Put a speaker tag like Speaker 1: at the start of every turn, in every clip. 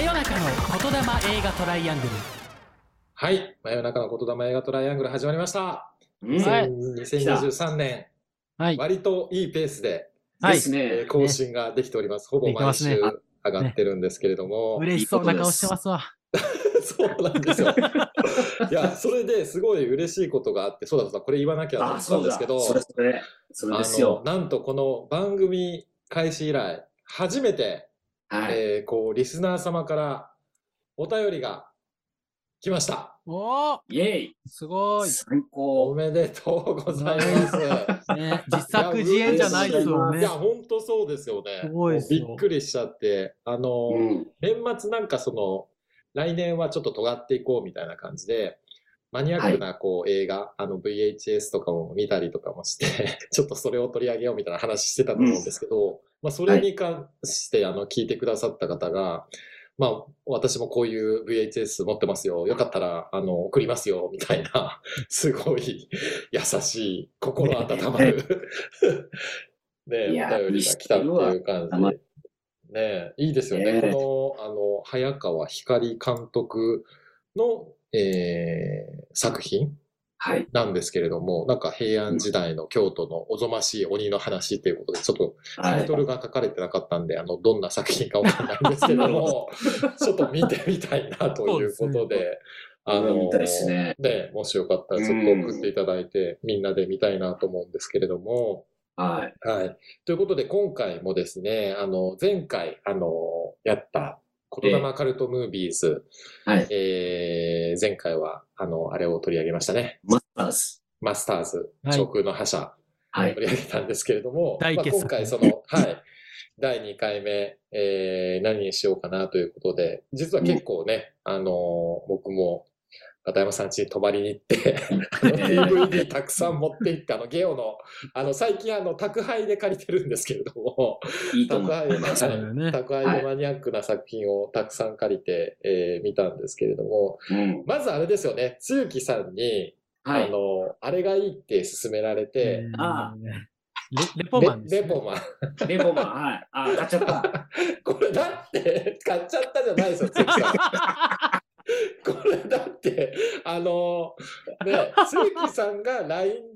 Speaker 1: 夜中の言霊映画トライアングル
Speaker 2: はい。真夜中の言霊映画トライアングル始まりました。
Speaker 3: うん
Speaker 1: はい
Speaker 2: 2023年、
Speaker 1: はい
Speaker 2: 割といいペースで、
Speaker 1: は
Speaker 3: で
Speaker 1: い
Speaker 3: す
Speaker 2: えー
Speaker 3: ね。
Speaker 2: 更新ができております。ほぼ
Speaker 1: できて
Speaker 2: 毎
Speaker 1: ますね
Speaker 2: 週上がってるんですけれども。
Speaker 1: 嬉しそうな顔してますわ
Speaker 2: そうなんですよ。いや、それですごい嬉しいことがあって、そうだそうだ、これ言わなきゃと思
Speaker 3: あ、
Speaker 2: ってた
Speaker 3: そ
Speaker 2: ん
Speaker 3: う
Speaker 2: で
Speaker 3: だ。
Speaker 2: す
Speaker 3: そ
Speaker 2: け
Speaker 3: れ
Speaker 2: ど、
Speaker 3: それ。それです
Speaker 2: の
Speaker 3: よ、。
Speaker 2: なんとこの番組開始以来、初めて、
Speaker 3: はい。
Speaker 2: えーこう、リスナー様からお便りが来ました。
Speaker 1: おお
Speaker 3: イェイ
Speaker 1: すごい、
Speaker 3: 最
Speaker 2: お
Speaker 3: 高。
Speaker 2: めでとうございます。
Speaker 1: ね、自作自演じゃないですよ
Speaker 2: い
Speaker 1: ね
Speaker 2: や、本当そうですよね。
Speaker 1: すごいですよ
Speaker 2: もうびっくりしちゃって、あの、
Speaker 3: うん。
Speaker 2: 年末なんかその、来年はちょっと尖っていこうみたいな感じで、マニアックなこう映画、あの VHS とかも見たりとかもして、 ちょっとそれを取り上げようみたいな話してたと思うんですけど、まあそれに関してあの聞いてくださった方が、まあ私もこういう VHS 持ってますよ、よかったらあの送りますよみたいな、 すごい優しい、心温まる、 ね
Speaker 3: いや
Speaker 2: お便りが来たっていう感じ
Speaker 3: いい人いる
Speaker 2: で。
Speaker 3: わ
Speaker 2: ねえ、いいですよね。
Speaker 3: ねえ
Speaker 2: この、あの、早川光監督の、えー作品
Speaker 3: はい。
Speaker 2: なんですけれども、なんか平安時代の京都のおぞましい鬼の話ということで、ちょっとタ
Speaker 3: は
Speaker 2: イト
Speaker 3: い。
Speaker 2: ルが書かれてなかったんで、あの、どんな作品かわかんないんですけれ ども、ちょっと見てみたいなということ
Speaker 1: そうです
Speaker 2: で、あの、
Speaker 3: 見たいですね
Speaker 2: もしよかったらちょっと送っていただいて、みんなで見たいなと思うんですけれども、
Speaker 3: はい。
Speaker 2: はい。ということで、今回もですね、あの、前回、あの、やった、言霊カルトムービーズ、
Speaker 3: はい。
Speaker 2: えー前回は、あの、あれを取り上げましたね。
Speaker 3: マスターズ。
Speaker 2: マスターズ、
Speaker 1: はい
Speaker 2: 長空の覇者、
Speaker 3: はい。
Speaker 2: 取り上げたんですけれども、
Speaker 1: 大
Speaker 2: まあ、
Speaker 1: 傑作
Speaker 2: 今回、その、はい、 第2回目、えー何にしようかなということで、実は結構ね、あの、僕も、片山さん家に泊まりに行 って、あの DVD たくさん持って行って、あの、ゲオの、あの、最近、あの、宅配で借りてるんですけれども、
Speaker 3: いいと思
Speaker 2: 宅
Speaker 3: う。
Speaker 2: 配で、
Speaker 3: は
Speaker 1: そうだよね
Speaker 2: 宅配でマニアックな作品をたくさん借りて、えー見たんですけれども、
Speaker 3: い。うん。
Speaker 2: まずあれですよね、つゆきさんに、
Speaker 3: は
Speaker 2: あ
Speaker 3: い。
Speaker 2: の、あれがいいって勧められて、
Speaker 1: うん
Speaker 3: あ
Speaker 1: レレポマンです、ね、
Speaker 2: レレポマン。
Speaker 3: レボマン。はい。あ、買っちゃった。
Speaker 2: これだって、買っちゃったじゃないですよ、つゆきさん。これだって、あの、ね、つゆきさんが LINE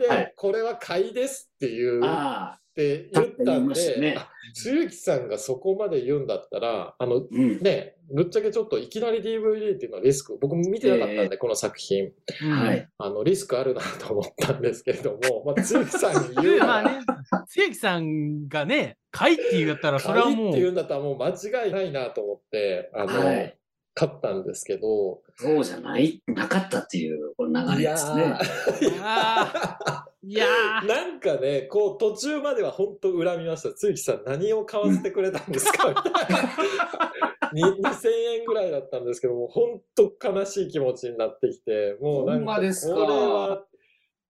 Speaker 3: は
Speaker 2: で
Speaker 3: い、
Speaker 2: これは買いですっていう、
Speaker 3: あ
Speaker 2: って言った
Speaker 3: 言い
Speaker 2: ん
Speaker 3: まし
Speaker 2: で
Speaker 3: たね、
Speaker 2: あつゆきさんがそこまで言うんだったら、あの、
Speaker 3: ー。うん。
Speaker 2: ね、ぶっちゃけちょっといきなり DVD っていうのはリスク、僕も見てなかったんで、
Speaker 3: え
Speaker 2: この作品、
Speaker 1: うん
Speaker 3: はい。
Speaker 2: あの、リスクあるなと思ったんですけれども、まあ、つゆきさんに言う
Speaker 1: で
Speaker 2: な
Speaker 1: まあ
Speaker 2: ら、
Speaker 1: ね、つゆきさんがね、かいって言ったら、それは
Speaker 2: 買い
Speaker 1: も
Speaker 2: って言
Speaker 1: う、
Speaker 2: うんだったらもう間違いないなと思って、あの、
Speaker 3: はい
Speaker 2: 買ったんですけど、
Speaker 3: そうじゃない、なかったっていう、この流
Speaker 2: い
Speaker 3: れ
Speaker 2: や
Speaker 3: ですね。
Speaker 2: ー、
Speaker 1: あーいやー、
Speaker 2: なんかね、こう途中までは本当恨みました。つゆきさん何を買わせてくれたんですかみたいな。に2000円ぐらいだったんですけども、本当悲しい気持ちになってきて、もうなん
Speaker 3: ほんま
Speaker 2: か、
Speaker 3: ですか
Speaker 2: これは、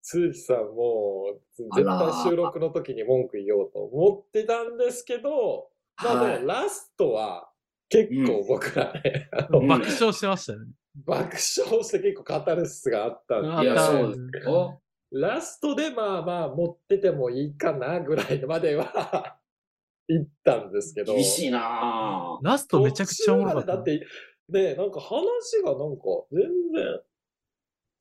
Speaker 2: つゆきさんもう、
Speaker 3: あ
Speaker 2: 絶
Speaker 3: ら
Speaker 2: 対収録の時に文句言おうと思ってたんですけど、まあ
Speaker 3: は
Speaker 2: で
Speaker 3: い
Speaker 2: もラストは結構僕らね、あの
Speaker 3: うん
Speaker 1: 爆笑してましたね。
Speaker 2: 爆笑して結構カタルシスがあったんで、
Speaker 3: いや
Speaker 1: あった
Speaker 3: そうですお
Speaker 2: ラストでまあまあ持っててもいいかなぐらいまでは 行ったんですけど。
Speaker 3: 厳しいな
Speaker 1: ラストめちゃくちゃおもろかった。
Speaker 2: 途中までだって、ね、なんか話がなんか全然、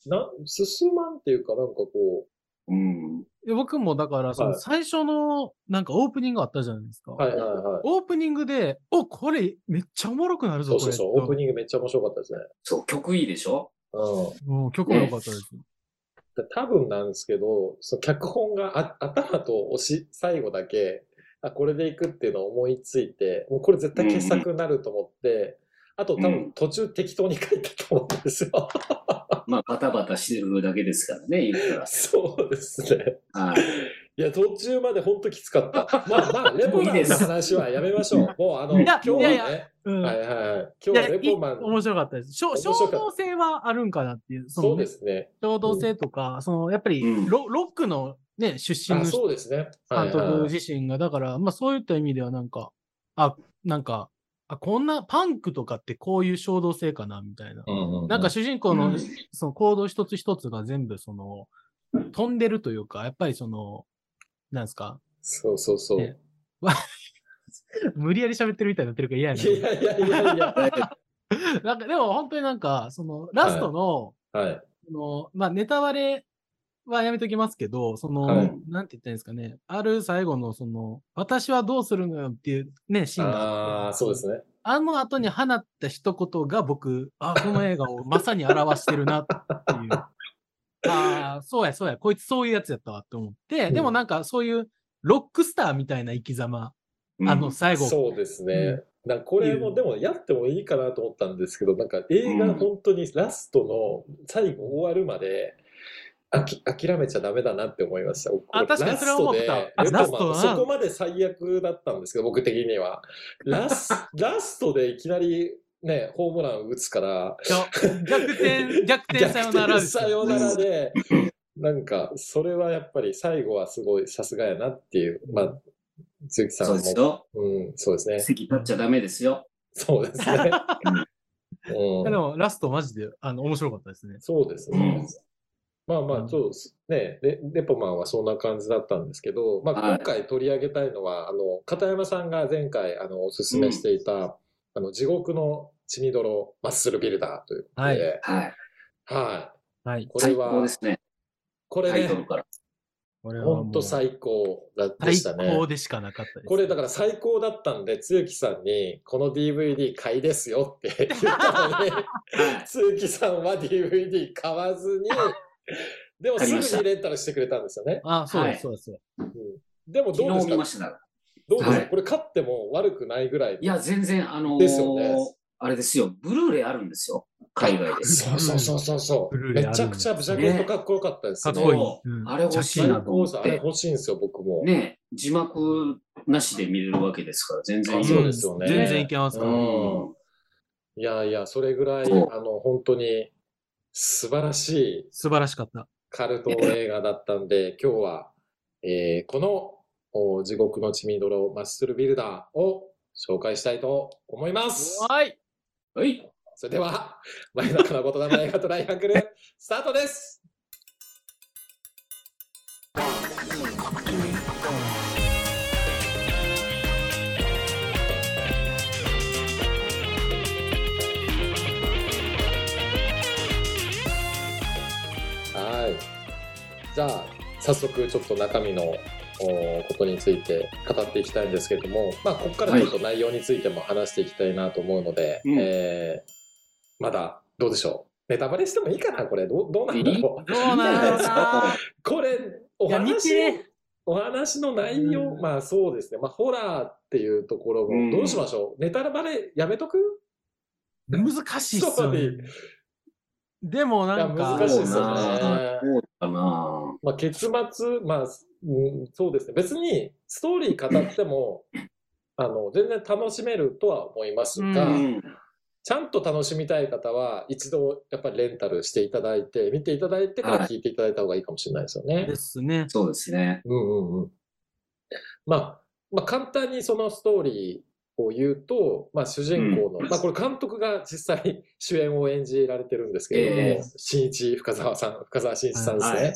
Speaker 2: な、進まんっていうかなんかこ
Speaker 3: ぁ。うん。
Speaker 1: いや僕もだから、そ
Speaker 2: は
Speaker 1: の
Speaker 2: い
Speaker 1: 最初のなんかオープニングあったじゃないですか。
Speaker 2: う、はいはいはい。
Speaker 1: オープニングで、お、これめっちゃおもろくなる
Speaker 2: そ
Speaker 1: ぞ、
Speaker 2: う
Speaker 1: こ
Speaker 2: そう
Speaker 1: れ。
Speaker 2: そう、オープニングめっちゃ面白かったですね。
Speaker 3: そう、曲いいでしょ
Speaker 2: うん。
Speaker 1: うん曲も良かったです。
Speaker 2: で多分なんですけど、その脚本があ頭と押し、最後だけ、あ、これでいくっていうのを思いついて、もうこれ絶対傑作になると思って、あと多
Speaker 3: う
Speaker 2: 分
Speaker 3: ん
Speaker 2: 途中適当に書いたと思うんですよ。
Speaker 3: まあ、バタバタしてるだけですからね、言ったら。
Speaker 2: そうですね。
Speaker 3: はい。
Speaker 2: いや、途中まで本当きつかった。まあま あ、レポマ
Speaker 3: いい
Speaker 2: ン
Speaker 3: で
Speaker 2: の
Speaker 3: す
Speaker 2: 話はやめましょう。もうあの、
Speaker 1: い
Speaker 2: 今
Speaker 1: や
Speaker 2: 日はね、
Speaker 1: いやいうん。
Speaker 2: はいはいはい。今日はレ
Speaker 1: いやい
Speaker 2: ポマン、
Speaker 1: 面白かったです。しょ
Speaker 2: 面白か
Speaker 1: 衝
Speaker 2: った
Speaker 1: 動性はあるんかなっていう。その
Speaker 2: そうですね。
Speaker 1: 衝動性とか、そのやっぱり
Speaker 3: うん
Speaker 1: ロロックのね、出身
Speaker 2: あ、
Speaker 1: の
Speaker 2: そうですね。はい
Speaker 1: 監
Speaker 2: はい
Speaker 1: 督
Speaker 2: はい
Speaker 1: 自身が、だから、まあそういった意味ではなんか、あ、なんか、あこんなパンクとかってこういう衝動性かなみたいな。
Speaker 2: うんうん
Speaker 1: なんか主人公の
Speaker 3: うん
Speaker 1: その行動一つ一つが全部その飛んでるというか、やっぱりその、なんですか、
Speaker 2: そうそうそう。
Speaker 1: ね無理やり喋ってるみたいになってるから嫌や
Speaker 2: いやいやいやいや。
Speaker 3: 大丈
Speaker 1: なんかでも本当になんか、その、ラストの、
Speaker 2: はい。
Speaker 1: そのまあ、ネタバレはやめときますけど、その、
Speaker 2: はい
Speaker 1: なんて言ったらいいんですかね、ある最後の、その、私はどうするのよっていうね、シーンが
Speaker 2: ああ、そうですね。
Speaker 1: あの後に放った一言が僕、あこの映画をまさに表してるなって いう。ああ、そうや、そうや、こいつそういうやつやったわって思って、でもなんかそういうロックスターみたいな生き様、あの、最後、
Speaker 2: そうですね。なんかこれも、でもやってもいいかなと思ったんですけど、なんか映
Speaker 3: う
Speaker 2: 画
Speaker 3: ん
Speaker 2: 本当にラストの最後終わるまで、あき諦めちゃダメだなって思いました。僕
Speaker 1: あ確かにそれは思った
Speaker 2: ラス
Speaker 1: あ
Speaker 2: トで
Speaker 1: ラストは
Speaker 2: やっぱまあそこまで最悪だったんですけど、僕的には。ラスラストでいきなりね、ホームラン打つから、
Speaker 1: いや逆 転、逆転さよならで
Speaker 2: 逆転
Speaker 1: す
Speaker 2: さ
Speaker 1: よ。
Speaker 2: よならで、なんか、それはやっぱり最後はすごいさすがやなっていう、まあ、鈴木さん
Speaker 3: そう
Speaker 2: も。
Speaker 3: ですよ。
Speaker 2: うん、そうです ね。
Speaker 3: 席立っちゃダメですよ。
Speaker 2: そうですね。
Speaker 1: い
Speaker 2: うん
Speaker 1: やでもラストマジであの面白かったですね。
Speaker 2: そうです
Speaker 3: うん
Speaker 2: ね。まあま
Speaker 1: う
Speaker 2: あ、
Speaker 1: ん
Speaker 2: そうですね。レレポマンはそんな感じだったんですけど、まあ
Speaker 3: はい
Speaker 2: 今回取り上げたいのは、あの、片山さんが前回、あの、おすすめしていた、あの、地獄の血みどろマッスルビルダーということで、
Speaker 3: はい。
Speaker 2: は
Speaker 1: はい
Speaker 2: い。。これ
Speaker 3: 最高
Speaker 2: は
Speaker 3: で、すね。
Speaker 2: これ
Speaker 3: タイト
Speaker 2: ね
Speaker 3: ル、から。
Speaker 1: これはもう
Speaker 2: 本当最高だで
Speaker 1: 最
Speaker 2: したね。
Speaker 1: 高でしかなかったです。
Speaker 2: これだから最高だったんで、つゆきさんに、この DVD 買いですよって言ったのに、つゆきさんは DVD 買わずに、でも
Speaker 3: 買い
Speaker 2: すぐ
Speaker 3: ました
Speaker 2: にレンタルしてくれたんですよね。
Speaker 1: あ、そうです、
Speaker 3: はい
Speaker 1: そうです。そうです
Speaker 2: うんでもどう
Speaker 3: 昨
Speaker 2: で
Speaker 3: 日
Speaker 2: す
Speaker 3: 見ま
Speaker 2: か
Speaker 3: した。
Speaker 2: どうですか、
Speaker 3: はい
Speaker 2: これ買っても悪くないぐらい。
Speaker 3: いや、全然、あのー
Speaker 2: ですよね
Speaker 3: あれですよ。ブルーレイあるんですよ。海外で。
Speaker 2: そうそうそうそうそ
Speaker 1: ブ
Speaker 2: う。
Speaker 1: ルーレイある
Speaker 2: めちゃくちゃブジャケットかっこよかったですね。
Speaker 1: かっこいい
Speaker 3: そう
Speaker 1: うん
Speaker 3: あれ欲しい
Speaker 2: 最
Speaker 3: なと
Speaker 2: 高
Speaker 3: 思
Speaker 2: です
Speaker 3: っ
Speaker 2: あれ
Speaker 3: て。
Speaker 2: 欲しいんですよ、僕も。
Speaker 3: ね、字幕なしで見れるわけですから、全然
Speaker 2: あ
Speaker 3: いい
Speaker 2: そうですよね。
Speaker 1: 全然いけますから。
Speaker 3: うん
Speaker 2: いやいや、それぐらい、
Speaker 3: そう
Speaker 2: あの、本当に素晴らしい
Speaker 1: 素晴らしかった。
Speaker 2: カルト映画だったん で、今日は、えーこのお地獄の血みどろマッスルビルダーを紹介したいと思います。
Speaker 1: はい。
Speaker 3: はい。
Speaker 2: それでは、真夜中のことなま映画トライアングル、スタートですはい。じゃあ、早速ちょっと中身のおことについて語っていきたいんですけれども、まあ、ここからちょっと内容についても話していきたいなと思うので、
Speaker 3: うん
Speaker 2: えーまだどうでしょうネタバレしてもいいかなこれどうどうなんだろ
Speaker 1: どうなんやろう な。
Speaker 2: うこれお
Speaker 1: いや、見
Speaker 2: 話の
Speaker 1: て。
Speaker 2: お話の内容、
Speaker 1: うん
Speaker 2: まあそうですね、まあ、ホラーっていうところ
Speaker 3: うん
Speaker 2: もどうしましょう、ネタバレやめとく
Speaker 1: 難しいっす よ
Speaker 2: そう
Speaker 1: ね。でも
Speaker 2: い
Speaker 1: な
Speaker 2: や
Speaker 1: んか、
Speaker 2: 難しい
Speaker 3: そ
Speaker 2: で
Speaker 3: う
Speaker 2: すよね
Speaker 3: な。そうだな。
Speaker 2: まあ、結末、まあ、うん、そうですね。別に、ストーリー語って も、あの、全然楽しめるとは思いますが、
Speaker 1: う
Speaker 3: うん。
Speaker 2: ちゃんと楽しみたい方は、一度、やっぱりレンタルしていただいて、見ていただいてから聞いていただいた方がいいかもしれないですよね
Speaker 1: で。すね。
Speaker 3: そうですね。
Speaker 2: うんうんうん。まあ、まあ、簡単にそのストーリーを言うと、まあ、主人公の、
Speaker 3: うん
Speaker 2: まあ、これ監督が実際主演を演じられてるんですけれども、
Speaker 3: ええ
Speaker 2: 新一深澤さん、深澤新一さんですね。
Speaker 3: はい。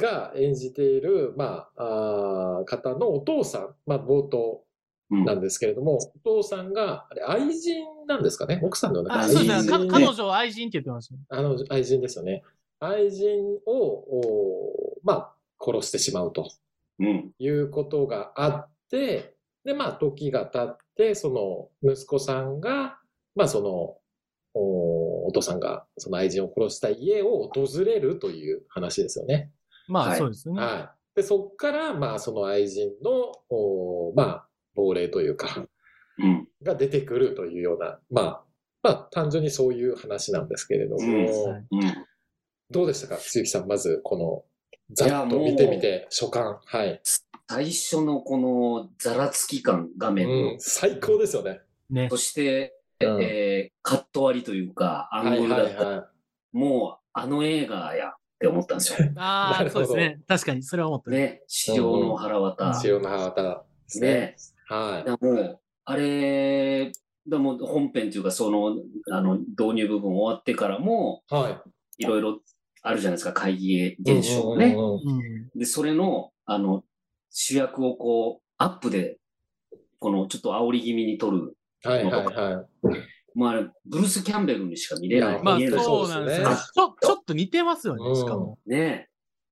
Speaker 2: が演じている、まあ、あー方のお父さん、まあ、冒頭
Speaker 3: うん
Speaker 2: なんですけれども、お父さんが、あれ、愛人なんですかね奥さんの
Speaker 1: あ、
Speaker 2: 愛
Speaker 1: そう
Speaker 2: 人
Speaker 1: ですね。か
Speaker 2: ね
Speaker 1: 彼女を愛人って言ってましたね。
Speaker 2: あの、愛人ですよね。愛人を、おーまあ、殺してしまうと
Speaker 3: うん。
Speaker 2: いうことがあって、で、まあ、時が経って、その、息子さんが、まあ、その、おお父さんが、その愛人を殺した家を訪れるという話ですよね。
Speaker 1: ま
Speaker 3: は
Speaker 1: あ、
Speaker 3: い
Speaker 1: そうですね。
Speaker 2: はい。で、そっから、まあ、その愛人の、おーまあ、亡霊というか、
Speaker 3: うん。
Speaker 2: が出てくるというような、まあ、まあ、単純にそういう話なんですけれども、
Speaker 3: うん
Speaker 1: はい
Speaker 3: うん。
Speaker 2: どうでしたか、鈴木さん、まず、この、ざ
Speaker 3: いや
Speaker 2: っと
Speaker 3: もう
Speaker 2: 見てみて、所感。はい。
Speaker 3: 最初のこのざらつき感、画面
Speaker 2: う
Speaker 3: の
Speaker 2: ん、。最高ですよね。
Speaker 1: ね
Speaker 3: そ。して、
Speaker 2: うん
Speaker 3: えーカット割りというか、ア
Speaker 2: は
Speaker 3: ン
Speaker 2: い
Speaker 3: グル
Speaker 2: は
Speaker 3: だっ
Speaker 2: い
Speaker 3: た。
Speaker 2: は
Speaker 3: もう、あの映画やって思ったんです よ。
Speaker 1: あ
Speaker 2: な
Speaker 1: あ、
Speaker 2: る
Speaker 1: そ
Speaker 2: ほ
Speaker 1: う
Speaker 2: ど
Speaker 1: ですね。確かに、それは思ったね。
Speaker 3: ね。潮の腹
Speaker 1: う
Speaker 3: 渡
Speaker 1: ん
Speaker 2: い。。白の羽田ですね。
Speaker 3: ね。
Speaker 2: はい
Speaker 3: やもう、あれ、だもう本編というか、その、あの、導入部分終わってからも、
Speaker 2: い。はい。
Speaker 3: いろいろあるじゃないですか、会議現象がね。
Speaker 2: うんうんうんうん
Speaker 1: うん。
Speaker 3: で、それの、あの、主役をこう、アップで、この、ちょっと煽り気味に撮る
Speaker 2: はいはいはい。
Speaker 3: まあ、あれブルース・キャンベルにしか見れない
Speaker 2: や。
Speaker 1: まあ
Speaker 3: 見えない
Speaker 1: そうなんですよ
Speaker 2: そう
Speaker 1: ね
Speaker 2: ですね
Speaker 1: ちょ。ちょっと似てますよね、しかも。
Speaker 3: ね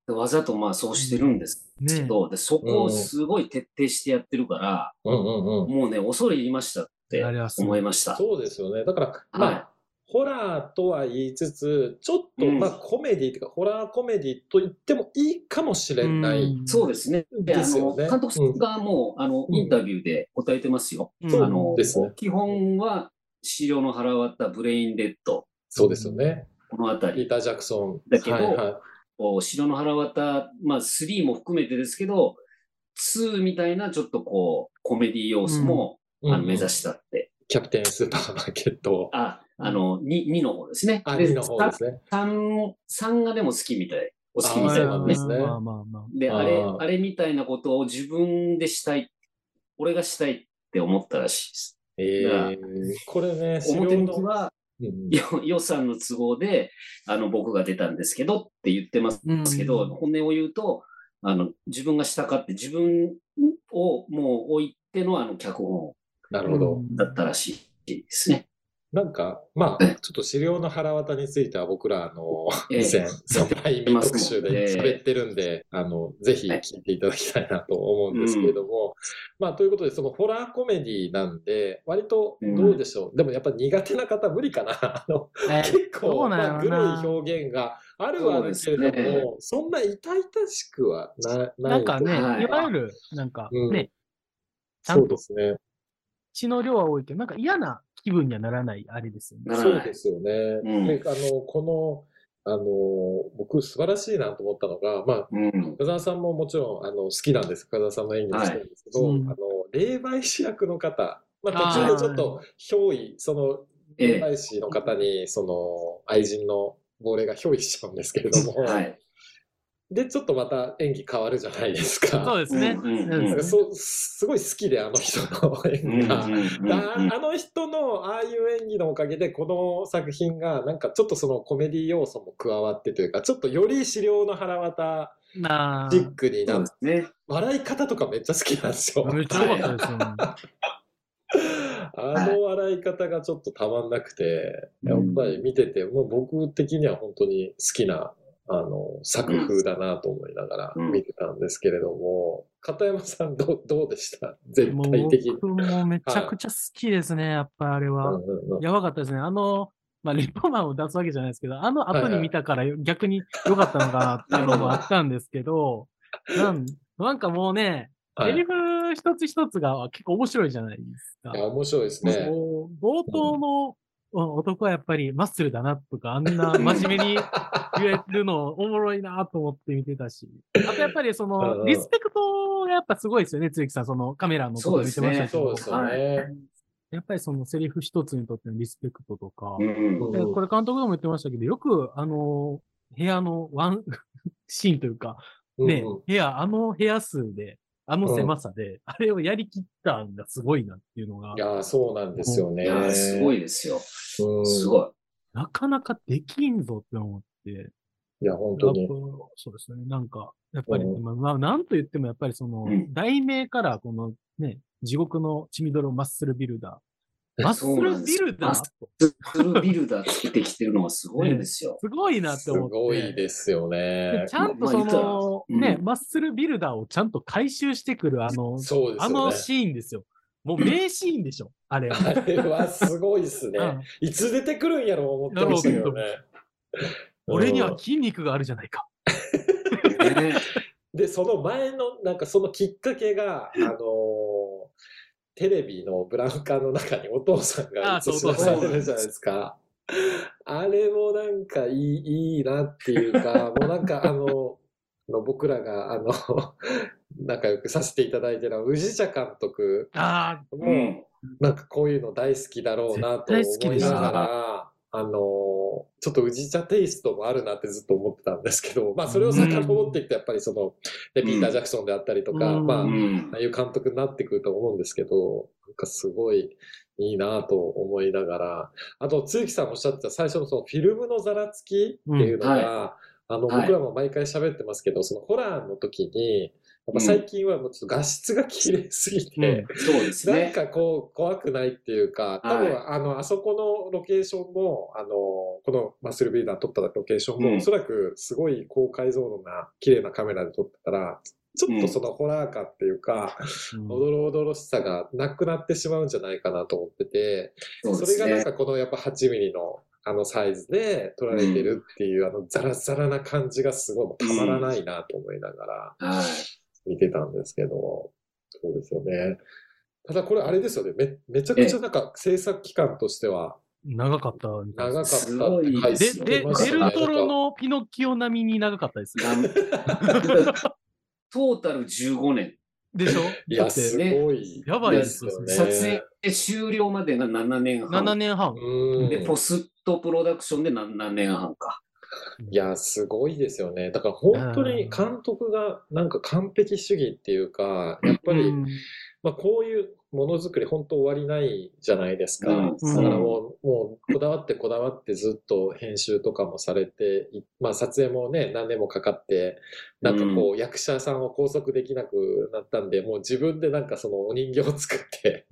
Speaker 3: でわざとまあそうしてるんですけ
Speaker 1: ね
Speaker 3: ど、でそこをすごい徹底してやってるから、
Speaker 2: うんうんうん。
Speaker 3: もうね、恐れ入りましたって
Speaker 1: あれはすごい
Speaker 3: 思いました。
Speaker 2: そうですよね。だから、まあ、
Speaker 3: はい。
Speaker 2: ホラーとは言いつつ、ちょっと、
Speaker 3: うん
Speaker 2: まあコメディとか、ホラーコメディと言ってもいいかもしれない。
Speaker 1: うん
Speaker 3: そうですね。で、あ
Speaker 2: ですよ
Speaker 3: の、
Speaker 2: ね
Speaker 3: 監督さんがもう、あの、
Speaker 2: うん
Speaker 3: インタビューで答えてますよ。
Speaker 1: うん
Speaker 3: あの、
Speaker 2: ですね
Speaker 3: 基本は、資料の払わったブレインデッド、
Speaker 2: そうですよね。
Speaker 3: このあた
Speaker 2: ピー
Speaker 3: り。
Speaker 2: ター・ジャクソン。
Speaker 3: だけど
Speaker 2: はいは
Speaker 3: こう白の腹渡、まあ、3も含めてですけど、2みたいなちょっとこう、コメディ要素も、
Speaker 2: いうん
Speaker 3: あの目指したって。
Speaker 2: キャプテン・スーパーマーケット。
Speaker 3: あ、あの、2、2の方ですね。
Speaker 2: あ、2の方ですね。
Speaker 3: 3、3がでも好きみたい。お好きみ
Speaker 2: あ
Speaker 3: たい
Speaker 2: そう
Speaker 3: な
Speaker 2: な
Speaker 3: の
Speaker 2: ん
Speaker 3: ね
Speaker 2: で。すね
Speaker 1: まあまあまあ。
Speaker 3: で、
Speaker 2: あー
Speaker 3: あれ、あれみたいなことを自分でしたい。俺がしたいって思ったらしいです。
Speaker 2: え
Speaker 3: だ
Speaker 2: ー、これね、
Speaker 3: 表向
Speaker 2: 資
Speaker 3: き
Speaker 2: 料の
Speaker 3: は
Speaker 2: うんうん
Speaker 3: よ予算の都合で、あの、僕が出たんですけどって言ってます
Speaker 1: うん
Speaker 3: けど、本音を言うと、あの、自分がしたかって自分をもう置いてのあの脚本
Speaker 2: なるほど。
Speaker 1: うん
Speaker 3: だったらしいですね。
Speaker 2: なんか、まあ、ちょっと資料の腹渡については僕ら、あの、
Speaker 3: ええ
Speaker 2: 以前、侍味特集で
Speaker 3: ええ
Speaker 2: 喋ってるんで、あの、ぜひ聞いていただきたいなと思うんですけれども、まあ、ということで、そのホラーコメディなんで、割と、どうでしょう。でも、やっぱ苦手な方無理かな。 あの、
Speaker 1: えー
Speaker 2: 結
Speaker 1: ど
Speaker 2: 構、
Speaker 1: うなん
Speaker 2: まあ、
Speaker 1: やろな
Speaker 2: 黒い表現があるはあるけれども、そ,、
Speaker 3: そうですね
Speaker 2: んな痛々しくはなない。
Speaker 1: なんかね、
Speaker 3: はい
Speaker 1: いわゆる、なんか
Speaker 2: うん
Speaker 1: ね、ちゃ
Speaker 2: そ
Speaker 1: ん
Speaker 2: う
Speaker 1: と
Speaker 2: ですね。
Speaker 1: 血の量は多いけど、なんか嫌な気分にはならないあれですよね。
Speaker 3: なら
Speaker 2: そう
Speaker 3: ない
Speaker 2: で。すよね。
Speaker 3: うん
Speaker 2: で、あの、この、あの、僕素晴らしいなと思ったのが、まあ、
Speaker 3: うん。
Speaker 2: 深澤さんももちろんあの好きなんです。深澤さんの演技も好きなんですけど、
Speaker 1: はいうん
Speaker 2: あの、霊媒師役の方、まあ、途中でちょっと憑依、その、
Speaker 3: え
Speaker 2: 霊媒師の方に、その、愛人の亡霊が憑依しちゃうんですけれ ども、
Speaker 3: え。はい。
Speaker 2: で、ちょっとまた演技変わるじゃないですか。
Speaker 1: そうですね。
Speaker 3: うんうんう
Speaker 1: そう
Speaker 3: ん
Speaker 1: ですね
Speaker 2: そうすごい好きで、あの人の演技が。だあの人のああいう演技のおかげでこの作品がなんかちょっとそのコメディ要素も加わってというかちょっとより資料の腹渡
Speaker 1: なあ
Speaker 2: チックにな
Speaker 3: そう
Speaker 2: る
Speaker 3: ですね。
Speaker 2: 笑い方とかめっちゃ好きなんですよ。
Speaker 1: めっちゃ良かったですよね。
Speaker 2: あの笑い方がちょっとたまんなくてやっぱり見ててもう僕的には本当に好きなあの作風だなと思いながら
Speaker 3: うん
Speaker 2: 見てたんですけれども片山さんどうどうでした全
Speaker 1: も
Speaker 2: 体
Speaker 1: う
Speaker 2: 的に。
Speaker 1: 僕もめちゃくちゃ好きですね、やっぱりあれ
Speaker 2: うん
Speaker 1: は。
Speaker 2: うんうん
Speaker 1: やばかったですね。あの、まあ、レポマンを出すわけじゃないですけど、あの後に見たから逆に良かったのかなっていうのもあったんですけど、なんなんかもうね、
Speaker 2: は
Speaker 1: セリ
Speaker 2: い
Speaker 1: フ一つ一つが結構面白いじゃないですか
Speaker 2: いや。面白いですね。
Speaker 1: こう冒頭のうん男はやっぱりマッスルだなとか、あんな真面目 に言えるのおもろいなと思って見てたし。あとやっぱりそ
Speaker 2: うんう
Speaker 1: の、
Speaker 2: ん
Speaker 1: リスペクトがやっぱすごいですよね、つゆきさん。そのカメラのとこ見てましたけ
Speaker 2: そう
Speaker 1: ど
Speaker 2: で。すよね。
Speaker 1: やっぱりそのセリフ一つにとってのリスペクトとか
Speaker 3: う。ん。
Speaker 1: でこれ監督でも言ってましたけど、よくあの、部屋のワン シーンというか、ね
Speaker 2: うんうん、
Speaker 1: 部屋、あの部屋数で、あの狭さで、あれをやりきったんがすごいなっていうのが
Speaker 2: い。やー、そうなんですよ
Speaker 3: い
Speaker 2: ね。
Speaker 3: やー、すご
Speaker 2: い。
Speaker 3: いですよ。
Speaker 2: うん、
Speaker 3: す
Speaker 2: い。
Speaker 3: ご
Speaker 1: なかなかできんぞって思って、
Speaker 2: や、本当に
Speaker 1: や。っぱそうですよね。なんか、やっぱり、
Speaker 2: うん
Speaker 1: まあ、まあ、なんと言ってもやっぱりその、
Speaker 3: うん
Speaker 1: 題名からこのね、地獄の血みどろマッスルビルダー。
Speaker 2: え
Speaker 1: マッスルビルダー
Speaker 3: そうなんです
Speaker 1: と
Speaker 3: い。フルビルダーつけてきてるのはすごいですよ。
Speaker 1: すごいなって
Speaker 2: す
Speaker 1: 思って。
Speaker 2: ごいですよ
Speaker 1: で
Speaker 2: ね
Speaker 1: ち。ゃんとそ
Speaker 3: まあま
Speaker 1: の、
Speaker 3: あいいから
Speaker 1: ね
Speaker 3: う、ん
Speaker 1: マッスルビルダーをちゃんと回収してくるあの、
Speaker 2: そうです
Speaker 1: あの
Speaker 2: よね。
Speaker 1: シーンですよ。もう名シーンでしょ、あ れは。
Speaker 2: あれはすごいですね
Speaker 1: う。ん
Speaker 2: いつ出てくるんやろう思ってましたけどね。
Speaker 1: 俺に
Speaker 2: う
Speaker 1: は
Speaker 2: ん
Speaker 1: 筋肉があるじゃないか。
Speaker 3: ね
Speaker 2: で、その前の、なんかそのきっかけが、あのーテレビのブラウン管の中にお父さんが
Speaker 1: あ
Speaker 2: 映
Speaker 1: そう
Speaker 2: し
Speaker 1: そう
Speaker 2: 出されるじゃないですか。あれもなんかいい、いいなっていう か、もうなんかあの、あの僕らがあの、 仲良くさせていただいてるあの宇治茶監督
Speaker 1: ああ、
Speaker 3: う
Speaker 2: も、
Speaker 3: ん。
Speaker 2: なんかこういうの大好きだろうなと
Speaker 1: 絶対好き
Speaker 2: 思
Speaker 1: で
Speaker 2: い
Speaker 1: す
Speaker 2: な
Speaker 1: よ
Speaker 2: がら、あのー、ちょっと宇治茶テイストもあるなってずっと思ってたんですけど、まあそれを遡っていくとやっぱりその、ねピーター・ジャクソンであったりとか、
Speaker 1: うん
Speaker 2: まあ、
Speaker 3: うん
Speaker 2: ああいう監督になってくると思うんですけど、なんかすごいいいなと思いながら、あと、つゆきさんもおっしゃってた最初のそのフィルムのざらつきっていうのが、
Speaker 3: うんは
Speaker 2: あの、
Speaker 3: はい
Speaker 2: 僕らも毎回喋ってますけど、そのホラーの時に、っぱ最近はもうちょっと画質が綺麗すぎて、
Speaker 1: うん
Speaker 3: そうです
Speaker 2: なん
Speaker 3: ね。
Speaker 2: かこう、怖くないっていうか、多分、あの、あそこのロケーションも、あの、このマッスルビルダー撮ったロケーションも、
Speaker 3: うん
Speaker 2: おそらくすごい高解像度な綺麗なカメラで撮ったら、ちょっとそのホラー感っていうか、
Speaker 1: うん
Speaker 2: おどろおどろしさがなくなってしまうんじゃないかなと思ってて、
Speaker 3: そう
Speaker 2: そ
Speaker 3: で
Speaker 2: れ
Speaker 3: す
Speaker 2: がなん
Speaker 3: ね。
Speaker 2: かこのやっぱ8ミリのあのサイズで撮られてるっていう、あのザラザラな感じがすごいもうたまらないなと思いながら、
Speaker 3: はい。
Speaker 2: 見てたんですけど、そうですよね。ただこれあれですよね。め、めちゃくちゃなんか制作期間としては
Speaker 1: 長かったみたい
Speaker 2: 長
Speaker 1: で
Speaker 2: かったって
Speaker 3: すごい
Speaker 2: 書い
Speaker 1: す。
Speaker 2: て
Speaker 1: で、で、
Speaker 2: まし
Speaker 1: デ
Speaker 2: たね
Speaker 1: ルトロのピノキオ並みに長かったですよ。
Speaker 3: なん トータル15年。
Speaker 1: でしょ
Speaker 2: い
Speaker 1: だ
Speaker 2: や、
Speaker 1: っ
Speaker 2: す
Speaker 1: て、
Speaker 2: ごい。
Speaker 1: やばいですよね。
Speaker 2: ね
Speaker 3: 撮影終了までが7年半。
Speaker 1: 7年半。
Speaker 2: うん。
Speaker 3: で、ポストプロダクションで7年半か。
Speaker 2: いや、すごいですよね。だから本当に監督がなんか完璧主義っていうか、やっぱり、
Speaker 1: うん
Speaker 2: まあこういうものづくり本当終わりないじゃないですか。
Speaker 3: うん
Speaker 2: だからもう、もうこだわってこだわってずっと編集とかもされてい、まあ撮影もね、何年もかかって、なんかこう役者さんを拘束できなくなったんで、もう自分でなんかそのお人形を作って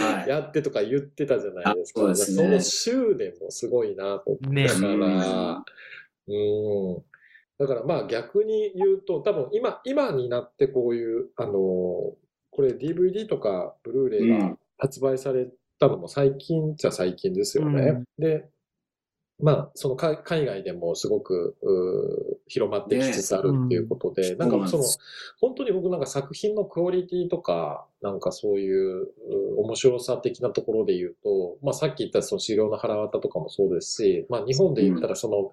Speaker 3: はい。
Speaker 2: やってとか言ってたじゃないですか。
Speaker 3: あそうですね
Speaker 2: だからその執念もすごいなと思
Speaker 1: ね
Speaker 2: だから、う
Speaker 3: う
Speaker 2: んん。だからまあ逆に言うと、多分今、今になってこういう、あのーこれ DVD とかブルーレイが発売されたのも最近じゃ最近ですよね。
Speaker 1: うん
Speaker 2: で、まあ、そのか海外でもすごくうー広まってきつつあるっていうことで、
Speaker 3: ん
Speaker 2: なんかその
Speaker 3: そうなんです、
Speaker 2: 本当に僕なんか作品のクオリティとか、なんかそういうう面白さ的なところで言うと、まあさっき言ったその資料の腹渡とかもそうですし、まあ日本で言ったらその、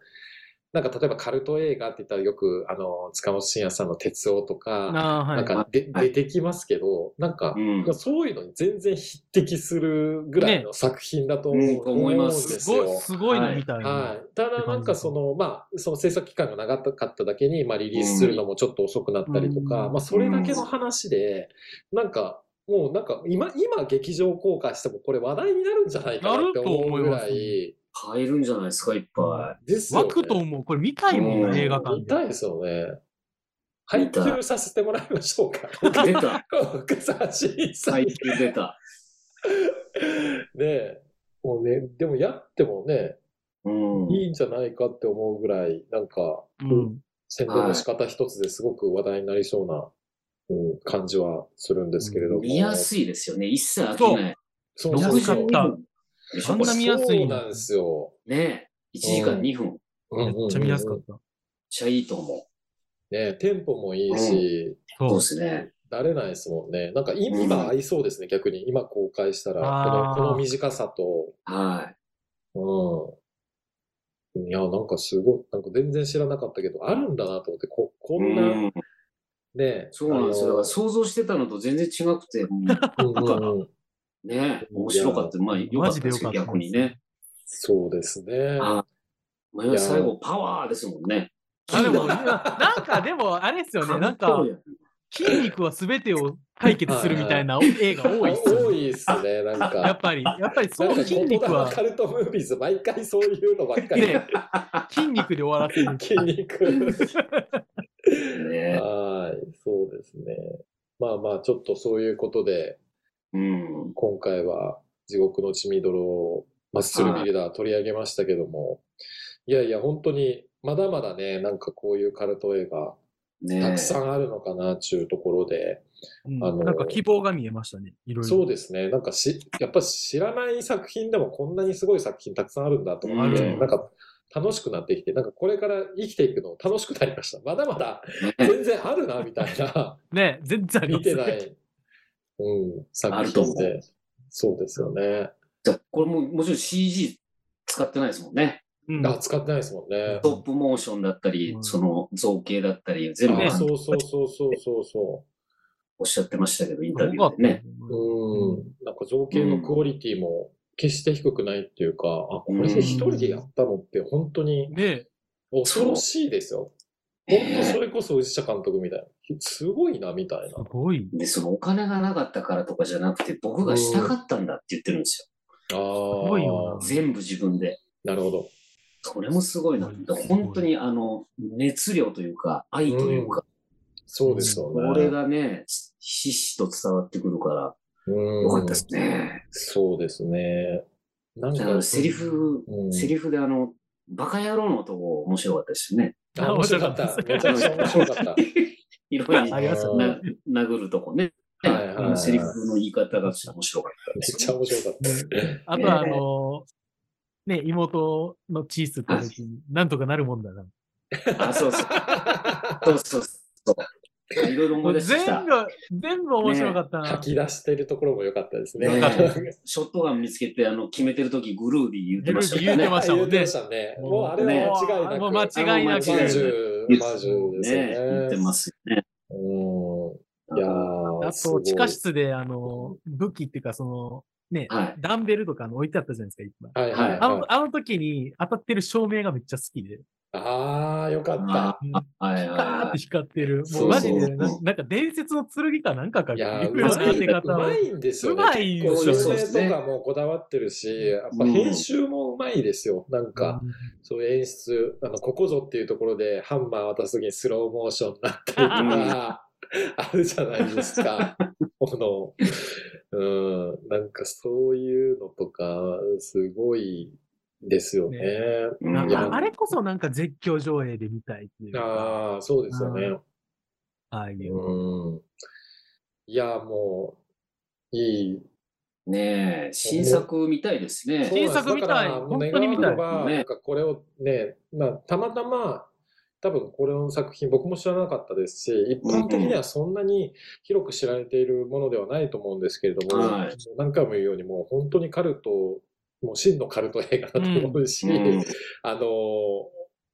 Speaker 2: なんか例えばカルト映画って言ったらよく、あの、塚本慎也さんの鉄夫とか、
Speaker 1: あーはい。
Speaker 2: なんかで、
Speaker 3: はい
Speaker 2: 出てきますけど、なんか、
Speaker 3: うん
Speaker 2: そういうのに全然匹敵するぐらいの作品だと思う,、
Speaker 3: ねうん思います
Speaker 2: んですす
Speaker 1: ご
Speaker 2: よ。
Speaker 1: い、すごいの
Speaker 3: はい
Speaker 1: みたい
Speaker 2: は
Speaker 1: な。
Speaker 2: い、ただなんかその、まあ、その制作期間が長かっただけに、まあ、リリースするのもちょっと遅くなったりとか、
Speaker 1: うん
Speaker 2: まあ、それだけの話で、なんか、もうなんか今、今劇場公開してもこれ話題になるんじゃないかなって思う
Speaker 1: な
Speaker 2: ぐ
Speaker 1: ると
Speaker 2: ら
Speaker 1: 思
Speaker 2: い、
Speaker 3: 買えるんじゃないですか、いっぱ
Speaker 2: ですよ、ね。
Speaker 1: 湧くと思う。これ見たいも、
Speaker 3: うんん
Speaker 1: 映画館
Speaker 2: 見
Speaker 1: で。
Speaker 2: たいですよね。配給させてもらいましょうか。
Speaker 3: い。出た。
Speaker 2: 笠橋さん
Speaker 3: 最近出た。
Speaker 2: ねえもうね、でもやってもね、
Speaker 3: うん。
Speaker 2: いいんじゃないかって思うぐらい、なんか、
Speaker 1: うん。
Speaker 2: 宣伝の仕方一つですごく話題になりそうな、うん、感じはするんですけれども。
Speaker 3: 見やすいですよね。一切飽きない。
Speaker 2: そうそうそ
Speaker 3: 62
Speaker 1: 60。
Speaker 2: う
Speaker 3: 分でし
Speaker 1: そ
Speaker 3: ょ
Speaker 1: んな見やすい
Speaker 2: そうなんですよ。
Speaker 3: ねえ。1時間2分。めっ
Speaker 1: めっちゃ見やすか
Speaker 2: う
Speaker 1: っ
Speaker 2: ん
Speaker 1: た。
Speaker 3: ちゃいいと思
Speaker 2: ねテンポもいいし、
Speaker 3: う。
Speaker 1: そ
Speaker 3: そう
Speaker 1: う
Speaker 3: で。すね。
Speaker 2: 慣れないですもんね。なんかい
Speaker 3: うん
Speaker 2: 今合いそうですね、逆に。今公開したら、こ
Speaker 1: あー
Speaker 2: のこの短さと。
Speaker 3: は
Speaker 2: うん。いや、なんかすごい、なんか全然知らなかったけど、あるんだなと思って、こ
Speaker 3: い。
Speaker 2: こ
Speaker 3: うん
Speaker 2: な、
Speaker 3: ん。
Speaker 2: ね
Speaker 3: そうなんですよ。だから
Speaker 2: あ
Speaker 3: 想像してたのと全然違くて、も
Speaker 2: のうんうんうん
Speaker 3: うねえ、面白かった。まあ、よか
Speaker 1: マ
Speaker 3: っ
Speaker 1: ジで
Speaker 3: たで
Speaker 1: よ
Speaker 3: す
Speaker 1: か
Speaker 3: よ、
Speaker 1: ったです。
Speaker 3: 逆にね。
Speaker 2: そうですね。
Speaker 3: あまあ
Speaker 2: いや
Speaker 3: 最後、パワーですもんね。
Speaker 1: あでも、なんかでも、あれですよね。なん
Speaker 3: かっ
Speaker 1: か
Speaker 3: こい、いや
Speaker 1: 筋肉は全てを解決するみたいな映画多いっすよ
Speaker 2: 多
Speaker 1: ね。
Speaker 2: いですね、なんか。
Speaker 1: やっぱり、やっぱりそ
Speaker 2: なん
Speaker 1: う、
Speaker 2: か
Speaker 1: 筋肉
Speaker 2: 大人の
Speaker 1: は、
Speaker 2: カルトムービーズ、毎回そういうのばっかり。
Speaker 1: ね、筋肉で終わらせ る。
Speaker 2: 筋肉。
Speaker 3: ね
Speaker 2: はい、そうですね。まあまあ、ちょっとそういうことで、
Speaker 3: うん。
Speaker 2: 今回は地獄の血みどろをマッスルビルダー取り上げましたけども、いやいや、本当に、まだまだね、なんかこういうカルト映画、
Speaker 3: ねえ
Speaker 2: たくさんあるのかな、ちゅうところで、
Speaker 1: うん
Speaker 2: あの
Speaker 1: なんか希望が見えましたね。いろいろ。
Speaker 2: そうですね。なんかし、やっぱ知らない作品でもこんなにすごい作品たくさんあるんだと思って、
Speaker 1: うん
Speaker 2: なんか楽しくなってきて、なんかこれから生きていくの楽しくなりました。まだまだ
Speaker 3: ねえ
Speaker 2: 全然あるな、みたい な、
Speaker 1: ね、全然ありま
Speaker 2: 見
Speaker 1: す
Speaker 2: て
Speaker 1: ね
Speaker 2: ない、うん、
Speaker 3: あ
Speaker 2: 作
Speaker 3: ると
Speaker 2: 品
Speaker 3: 思
Speaker 2: で
Speaker 3: う。
Speaker 2: そうですよね。
Speaker 3: じゃあこれももちろん CG 使ってないですもんね。
Speaker 1: うん
Speaker 2: あ、使ってないですもんね。
Speaker 3: トップモーションだったり、
Speaker 1: うん
Speaker 3: その造形だったり、全部
Speaker 1: ね
Speaker 2: あそうそうそうそうそうそ
Speaker 3: おっしゃってましたけど、インタ
Speaker 1: す
Speaker 3: ビ
Speaker 1: ご
Speaker 3: ュ
Speaker 1: かっ
Speaker 3: ーで
Speaker 1: た
Speaker 3: ね。
Speaker 2: う。うん。なんか造形のクオリティも決して低くないっていうか、あ、これで一人でやったのって本当に
Speaker 1: ね、
Speaker 2: 恐ろしいですよ。
Speaker 3: そう
Speaker 2: 本当それこそ宇治茶監督みたいな。すごいな、みたい
Speaker 1: すごい。
Speaker 3: で、そのお金がなかったからとかじゃなくて、僕がしたかったんだって言ってるんです
Speaker 2: な。ああ。
Speaker 1: ごいよ
Speaker 3: よ。全部自分で。
Speaker 2: な。るほど。
Speaker 3: それもすごいな。
Speaker 1: すごい
Speaker 3: 本当にあの、熱量というか、愛というか、
Speaker 2: そうですよ
Speaker 3: こ
Speaker 2: ね。
Speaker 3: れがね、ひしと伝わってくるから、
Speaker 2: うん
Speaker 3: よかったですね。
Speaker 2: そうですね。なん
Speaker 3: だからセリフ、
Speaker 2: うん
Speaker 3: セリフであの、バカ野郎のとこ面白かったですよね。
Speaker 2: あ面白かった。めちゃくちゃ面白か った。
Speaker 3: いろいろ
Speaker 1: ありがとう
Speaker 3: な殴るとこね。
Speaker 2: はいはいはい
Speaker 3: セリフの言い方が面白かっ
Speaker 2: め
Speaker 3: たで
Speaker 2: っ
Speaker 3: す
Speaker 2: ちゃ面白かった。
Speaker 1: あとは、あの、ね、妹のチーズって時に、なんとかなるもんだな。
Speaker 3: あ、そ うそう。そうそうそう。いろいろ思い出して
Speaker 1: 全
Speaker 3: きた
Speaker 1: 部。、全部面白かったな
Speaker 2: 吐。き出してるところも良かったですね。
Speaker 3: ね
Speaker 2: ね
Speaker 3: ショットガン見つけて、あの、決めてるときグルービー言ってました
Speaker 1: グルービー言う
Speaker 3: よね
Speaker 1: て。ましたもんね
Speaker 2: 言ってましたね。もうあれは間違いなく。
Speaker 1: もう間違いなく。
Speaker 2: マージ
Speaker 1: あ
Speaker 2: ュ、マージュですよね。
Speaker 3: 言ってますよね。
Speaker 2: うん。いやーすご
Speaker 1: と、
Speaker 2: い
Speaker 1: 地下室で、あの、武器っていうか、その、ね、
Speaker 3: はい。
Speaker 1: ダンベルとかの置いてあったじゃないですか、いっぱい。
Speaker 2: はいはい、はい。
Speaker 1: あの、あの時に当たってる照明がめっちゃ好きで、
Speaker 2: ああ、よかった。
Speaker 1: うん
Speaker 3: はいはい
Speaker 1: ガーっ
Speaker 3: は
Speaker 1: て
Speaker 3: い。
Speaker 1: 光ってる。も
Speaker 2: そうう
Speaker 1: マジで
Speaker 3: そう
Speaker 1: な、なんか伝説の剣かなんかか、
Speaker 2: い
Speaker 1: いろ
Speaker 2: やー、
Speaker 1: いうろ
Speaker 2: ま
Speaker 1: ない当て方
Speaker 2: うまいんですよね。
Speaker 1: うまい
Speaker 2: 結構
Speaker 3: そうですね
Speaker 2: 照明とかもこだわってるし、やっぱ編集もうまいですよ。なんか、そういう演出、あの、ここぞっていうところでハンマー渡す時にスローモーションになったりとか、 あるじゃないですか。この、うん、なんかそういうのとか、すごいですよね。
Speaker 1: ね
Speaker 3: うん
Speaker 1: なん
Speaker 2: いや
Speaker 1: かあれこそなんか絶叫上映で見たいっていうか、
Speaker 2: ああ、そうですよね。
Speaker 1: ああいう。
Speaker 2: うん。いや、もう、いい
Speaker 3: ねえ、新作みたいですね。
Speaker 1: 新作みたい
Speaker 2: そうなんです
Speaker 1: 本当に見たい
Speaker 2: だから願わくば
Speaker 3: ね
Speaker 2: なんかこれをね、まあ、たまたま、多分これの作品僕も知らなかったですし、一般的にはそんなに広く知られているものではないと思うんですけれども、
Speaker 3: はい
Speaker 2: 何回も言うようにもう本当にカルト、もう真のカルト映画だと思うし、
Speaker 3: うん
Speaker 2: あのー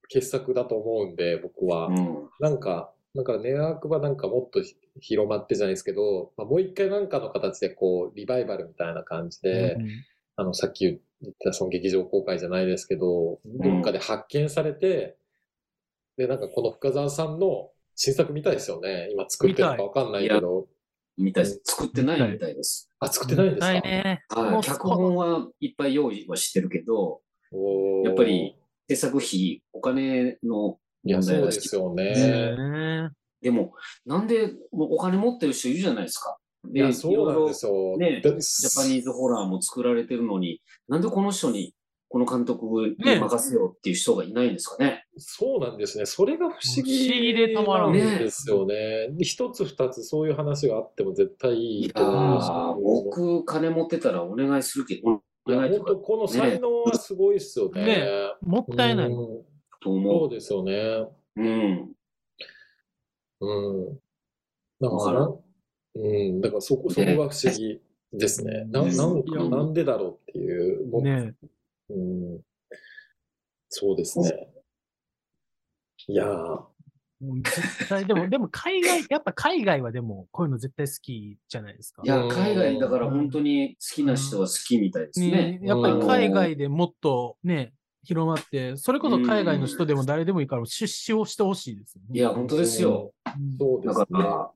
Speaker 2: 傑作だと思うんで、僕は。
Speaker 3: うん
Speaker 2: なんか、だから、ネアークはなんかもっとひ広まってじゃないですけど、まあ、もう一回なんかの形でこう、リバイバルみたいな感じで、あの、さっき言ったその劇場公開じゃないですけど、どっかで発見されて、で、なんかこの深澤さんの新作見たいですよね。今作ってるのかわかんないけど。
Speaker 3: みたいです。作ってないみたいです。
Speaker 2: あ、作ってないんですか、
Speaker 1: だいね。
Speaker 3: は
Speaker 1: もう
Speaker 3: い。脚本はいっぱい用意はしてるけど、
Speaker 2: おー
Speaker 3: やっぱり、制作費、お金の
Speaker 2: いや、
Speaker 3: 問
Speaker 2: そう
Speaker 3: 題
Speaker 2: で
Speaker 3: だし
Speaker 2: すよ
Speaker 1: ね
Speaker 2: ね。
Speaker 3: でも、なんでもうお金持ってる人いるじゃないですか。
Speaker 2: いや、そうなんですよ。で
Speaker 3: ねジャパニーズホラーも作られてるのに、なんでこの人に、この監督に任せようっていう人がいないんですかね。
Speaker 2: そうなんですね。それが不思議
Speaker 1: 不思議でたまら
Speaker 3: ん
Speaker 2: なんですよね。で一つ二つそういう話があっても絶対い
Speaker 3: い
Speaker 2: い
Speaker 3: や
Speaker 2: と思うし
Speaker 3: ー、僕、金持ってたらお願いするけど、お
Speaker 2: いや
Speaker 3: 願いと
Speaker 2: 本
Speaker 3: か
Speaker 2: 当この才能はすごいですよね。
Speaker 1: ねもったいない。
Speaker 2: うん
Speaker 1: う
Speaker 3: と
Speaker 2: そ
Speaker 3: 思
Speaker 2: うですよね。
Speaker 3: う。うん。
Speaker 2: うん。だ
Speaker 3: わ
Speaker 2: か、
Speaker 3: からる
Speaker 2: うん、だからそこ、そこが不思議ですね。な
Speaker 1: ね
Speaker 2: なん
Speaker 1: いや
Speaker 2: なんでだろうっていう、もう
Speaker 1: ね
Speaker 2: うん、そうですね。いやー、
Speaker 1: もう絶対でも、でも海外、やっぱ海外はでも、こういうの絶対好きじゃないですか。
Speaker 3: いや、海外だから本当に好きな人は好きみたいですね。
Speaker 1: ねやっぱり海外でもっとね、広まって、それこそ海外の人でも誰でもいいから出資をしてほしいですよね。
Speaker 3: いや、本当ですよ。
Speaker 1: うん、
Speaker 2: そうで
Speaker 3: だ
Speaker 2: すね。
Speaker 3: から、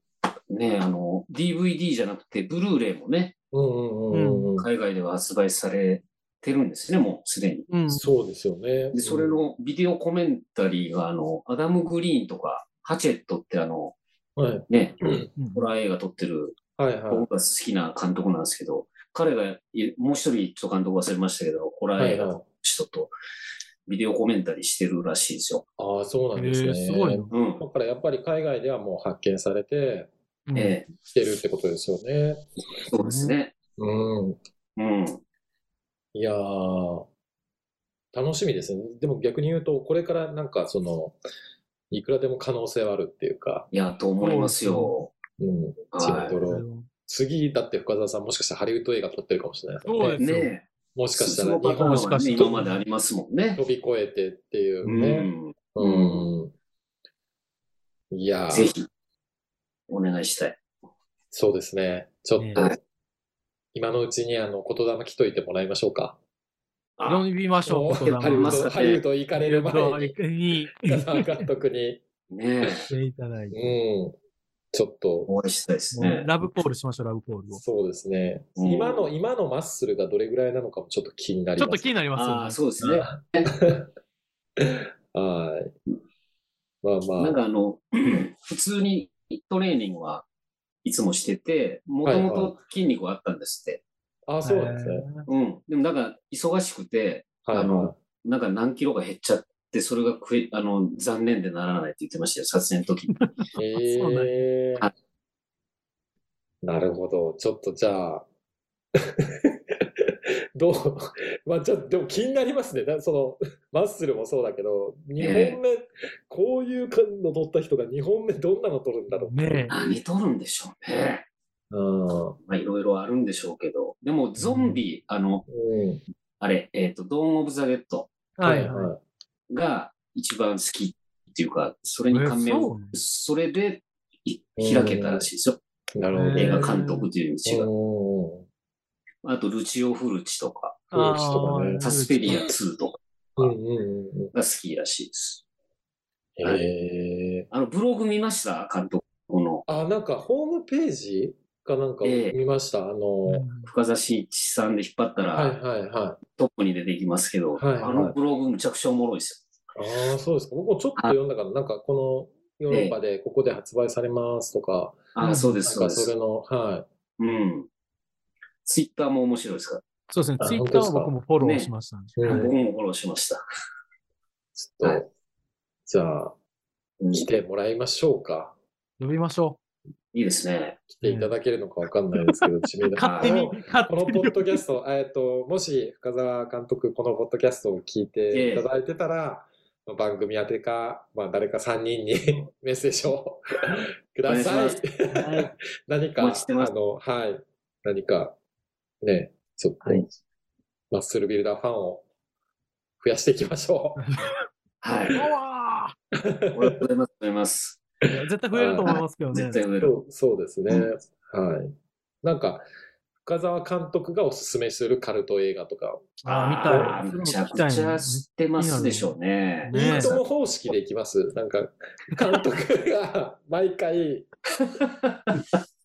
Speaker 3: ね、あの、DVD じゃなくて、ブルーレイもね、
Speaker 2: うんうんうんうん。
Speaker 3: 海外では発売されてるんですね、もうすでに。
Speaker 1: うん。
Speaker 2: そうですよね。
Speaker 3: で、それのビデオコメンタリーが、あの、アダム・グリーンとか、ハチェットってあの、
Speaker 2: うん、はい。
Speaker 3: ね、
Speaker 2: うん
Speaker 1: うん
Speaker 3: ホラー映画撮ってる、
Speaker 2: はいはい。
Speaker 3: 僕が好きな監督なんですけど、彼が、いもう一人、ちょっと監督忘れましたけど、ホラー
Speaker 2: は
Speaker 3: 映
Speaker 2: い
Speaker 3: 画
Speaker 2: は
Speaker 3: の
Speaker 2: い。
Speaker 3: 人と、ビデオコメンタリーしてるらしいんですよ。
Speaker 2: ああ、そうなん
Speaker 1: え
Speaker 2: ですね。
Speaker 1: ーすごいな。
Speaker 3: うん
Speaker 2: だ。からやっぱり海外ではもう発見されて、
Speaker 1: うん
Speaker 3: ええ、
Speaker 2: 来てるってことですよね。
Speaker 3: そうですね。
Speaker 2: うん。
Speaker 3: うん。
Speaker 2: いやー、楽しみですね。でも逆に言うと、これからなんかその、いくらでも可能性はあるっていうか、
Speaker 3: いや、と思いますよ。
Speaker 2: うん、チ
Speaker 3: は
Speaker 2: ンドロ。次、だって深澤さんもしかしたらハリウッド映画撮ってるかもしれないですよ
Speaker 1: そうで
Speaker 2: ね。
Speaker 1: す
Speaker 3: い。ね
Speaker 2: もしかした
Speaker 3: そ
Speaker 2: ら
Speaker 3: の
Speaker 2: 日
Speaker 3: パターン
Speaker 2: 本
Speaker 1: もしか
Speaker 3: はね、
Speaker 1: したら
Speaker 3: 今までありますもんね。
Speaker 2: 飛び越えてっていう
Speaker 3: う
Speaker 2: ね。
Speaker 3: ん。
Speaker 2: うん。いやー
Speaker 3: ぜひ、お願いしたい。
Speaker 2: そうですね。ちょっと、
Speaker 3: ね
Speaker 2: 今のうちにあの、言霊来といてもらいましょうか。
Speaker 1: う飲みましょ
Speaker 2: も
Speaker 1: う、
Speaker 2: う
Speaker 1: 言
Speaker 2: ハリウ
Speaker 1: 霊
Speaker 2: ッ
Speaker 1: を
Speaker 2: ド、
Speaker 3: ね
Speaker 2: ハリウッド行かれる前に、
Speaker 1: に
Speaker 2: 深澤監督に、
Speaker 3: ね
Speaker 1: していただいて。
Speaker 2: うん、ちょっと、
Speaker 3: お会いしたいです
Speaker 1: もう
Speaker 3: ね。
Speaker 1: ラブコールしましょう、ラブコールを。
Speaker 2: そうですね。
Speaker 3: うん
Speaker 2: 今の、今のマッスルがどれぐらいなのかもちょっと気になり
Speaker 1: ちょっ
Speaker 2: ま
Speaker 1: と
Speaker 2: す。
Speaker 1: 気になりますよ
Speaker 3: あ
Speaker 1: ね
Speaker 3: あ、。そうですね。
Speaker 2: はい。まあまあ
Speaker 3: な ん。かあの、普通にトレーニングはいつもしてて、も
Speaker 2: は
Speaker 3: と
Speaker 2: い
Speaker 3: も
Speaker 2: は
Speaker 3: と筋肉はあったんですって。
Speaker 2: あ、そうなんですね。
Speaker 3: うん。でもなんか忙しくて、
Speaker 2: はい、
Speaker 3: あ
Speaker 2: は
Speaker 3: のなんか何キロか減っちゃって、それが食え、あの、残念でならないって言ってましたよ、撮影の時 に。
Speaker 2: い。
Speaker 1: そうなん
Speaker 2: えー
Speaker 3: は。
Speaker 2: なるほど。ちょっとじゃあ、 どう、まあ、ちょっとでも気になりますね。だその、マッスルもそうだけど、2
Speaker 3: ええ
Speaker 2: 本目、こういうの取った人が2本目どんなの取るんだろう。
Speaker 1: ねえ。
Speaker 3: 何撮るんでしょうね。
Speaker 2: う
Speaker 3: まあ、いろいろあるんでしょうけど。でも、ゾンビ、あの、
Speaker 2: ん。うん。
Speaker 3: あれ、えっ、と、ドーン・オブ・ザ・ゲット
Speaker 1: はいはい。
Speaker 3: が一番好きっていうか、それに感銘を、
Speaker 1: え
Speaker 3: それでい開けたらしいですよ。
Speaker 2: い。なるほど。
Speaker 1: え
Speaker 3: 映画監督という道が。
Speaker 2: うん
Speaker 3: あと、ルチオ・フルチとか、
Speaker 2: コーチとかね
Speaker 1: あー
Speaker 3: サスペリア2とか
Speaker 2: うんうんうんうん
Speaker 3: が好きらしいです。
Speaker 2: へえ。
Speaker 3: あの、ブログ見ました監督の。
Speaker 2: あ、なんかホームページかなんか
Speaker 3: ええ
Speaker 2: 見ました。あの、
Speaker 3: 深澤慎一さんで引っ張った
Speaker 2: はい
Speaker 3: ら
Speaker 2: はいは
Speaker 3: トップに出てきますけど、
Speaker 2: はいはい
Speaker 3: あのブログむちゃくちゃおもろいです
Speaker 2: い。ああ、そうですか。僕もちょっと読んだから、なんかこのヨーロッパでここで発売されますとか、
Speaker 3: よ。あ
Speaker 1: う
Speaker 3: あ、
Speaker 1: ん
Speaker 3: そうで
Speaker 2: な
Speaker 3: す、
Speaker 2: ん
Speaker 3: そ
Speaker 2: か
Speaker 3: うで
Speaker 2: それ
Speaker 3: す。
Speaker 2: の、は
Speaker 3: うん。ツイッターも面白いですか
Speaker 1: そうですね
Speaker 2: あ。
Speaker 1: ツイッ
Speaker 2: 本
Speaker 1: ター
Speaker 2: 当です
Speaker 1: は
Speaker 2: か
Speaker 1: 僕もフォローしましたね。
Speaker 2: い。う
Speaker 3: ら、僕
Speaker 2: ん、
Speaker 3: もフォローしました。
Speaker 2: ちょ
Speaker 3: は
Speaker 2: っと、じゃあ、
Speaker 3: うん
Speaker 2: 来
Speaker 3: い
Speaker 2: てもらいましょうか。
Speaker 1: 呼びましょ
Speaker 3: いですね。
Speaker 2: 来ていただけるのかわかんないですけど、知名
Speaker 1: う。
Speaker 2: 度。
Speaker 1: 勝手に、勝
Speaker 2: この
Speaker 1: 手
Speaker 2: ポ
Speaker 1: に
Speaker 2: ッ。ドキャスト、 えっと、もし深澤監督、このポッドキャストを聞いていただいてたら、まあ番組宛てか、まあ、誰か3人にメッセージをくだ
Speaker 3: お
Speaker 2: さ
Speaker 3: 願
Speaker 2: い
Speaker 3: いし。
Speaker 1: はい
Speaker 2: 何
Speaker 3: お
Speaker 2: か、あ
Speaker 3: 待ちしてます
Speaker 2: の、はい、何か、ね、ちょっと、
Speaker 3: はい
Speaker 2: マッスルビルダーファンを増やしていきましょ
Speaker 3: はい。
Speaker 1: うわ
Speaker 3: ありがとうございます。ありがとうございます。
Speaker 1: ーいや絶対増えると思いますけどね
Speaker 3: 絶。対売
Speaker 2: う。
Speaker 3: れ
Speaker 2: そ
Speaker 3: る。
Speaker 2: うそうですね。はい。なんか、深澤監督がおすすめするカルト映画とか、
Speaker 1: ああ、見たい。
Speaker 3: めちゃくちゃ知ってますでしょうね。
Speaker 1: ね
Speaker 2: いいとも方式でいきます。なんか、監督が 毎回、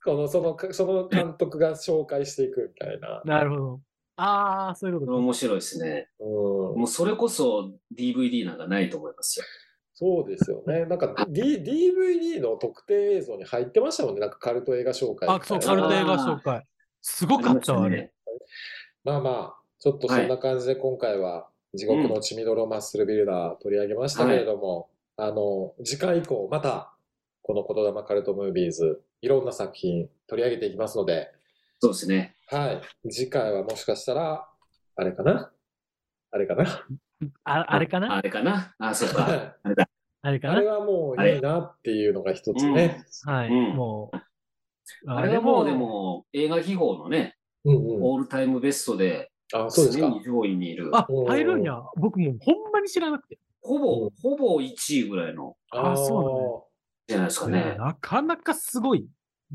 Speaker 2: この、その、その監督が紹介していくみたいな。
Speaker 1: なるほど。ああ、そういうこ
Speaker 3: ことれ面白いですね。
Speaker 2: う
Speaker 3: も
Speaker 2: ん、
Speaker 3: うそれこそ DVD なんかないと思いますよ。
Speaker 2: そうですよね。なんか、D、DVD の特典映像に入ってましたもんね。なんかカルト映画紹介みたいな。
Speaker 1: あ、そう、カルト映画紹介。すごかったわ、あれ。
Speaker 2: まあまあ、ちょっとそんな感じで今回は、地獄の血みどろマッスルビルダー取り上げましたけれども、あの、次回以降、また、この言霊カルトムービーズ、いろんな作品取り上げていきますので、
Speaker 3: そうですね。
Speaker 2: はい。次回はもしかしたら、あれかなあれかな
Speaker 1: ああれかな
Speaker 3: あれかなあ、そう か。
Speaker 2: あ
Speaker 1: あれか
Speaker 2: れ
Speaker 1: な
Speaker 2: はもういいなっていうのが一つね。
Speaker 1: はい。
Speaker 3: うん
Speaker 1: もう。
Speaker 3: あれはもうでも映画秘宝のね、
Speaker 2: うんうん。
Speaker 3: オールタイムベストで
Speaker 2: あ、そうです
Speaker 3: 常
Speaker 2: か
Speaker 3: に。上位にいる。
Speaker 1: あ、入るんや。僕もうほんまに知らなくて。
Speaker 3: ほ
Speaker 2: う
Speaker 3: ぼ
Speaker 2: ん、
Speaker 3: ほぼ1位ぐらいの
Speaker 1: あそ
Speaker 3: じゃないですかね。
Speaker 1: なかなかすごい。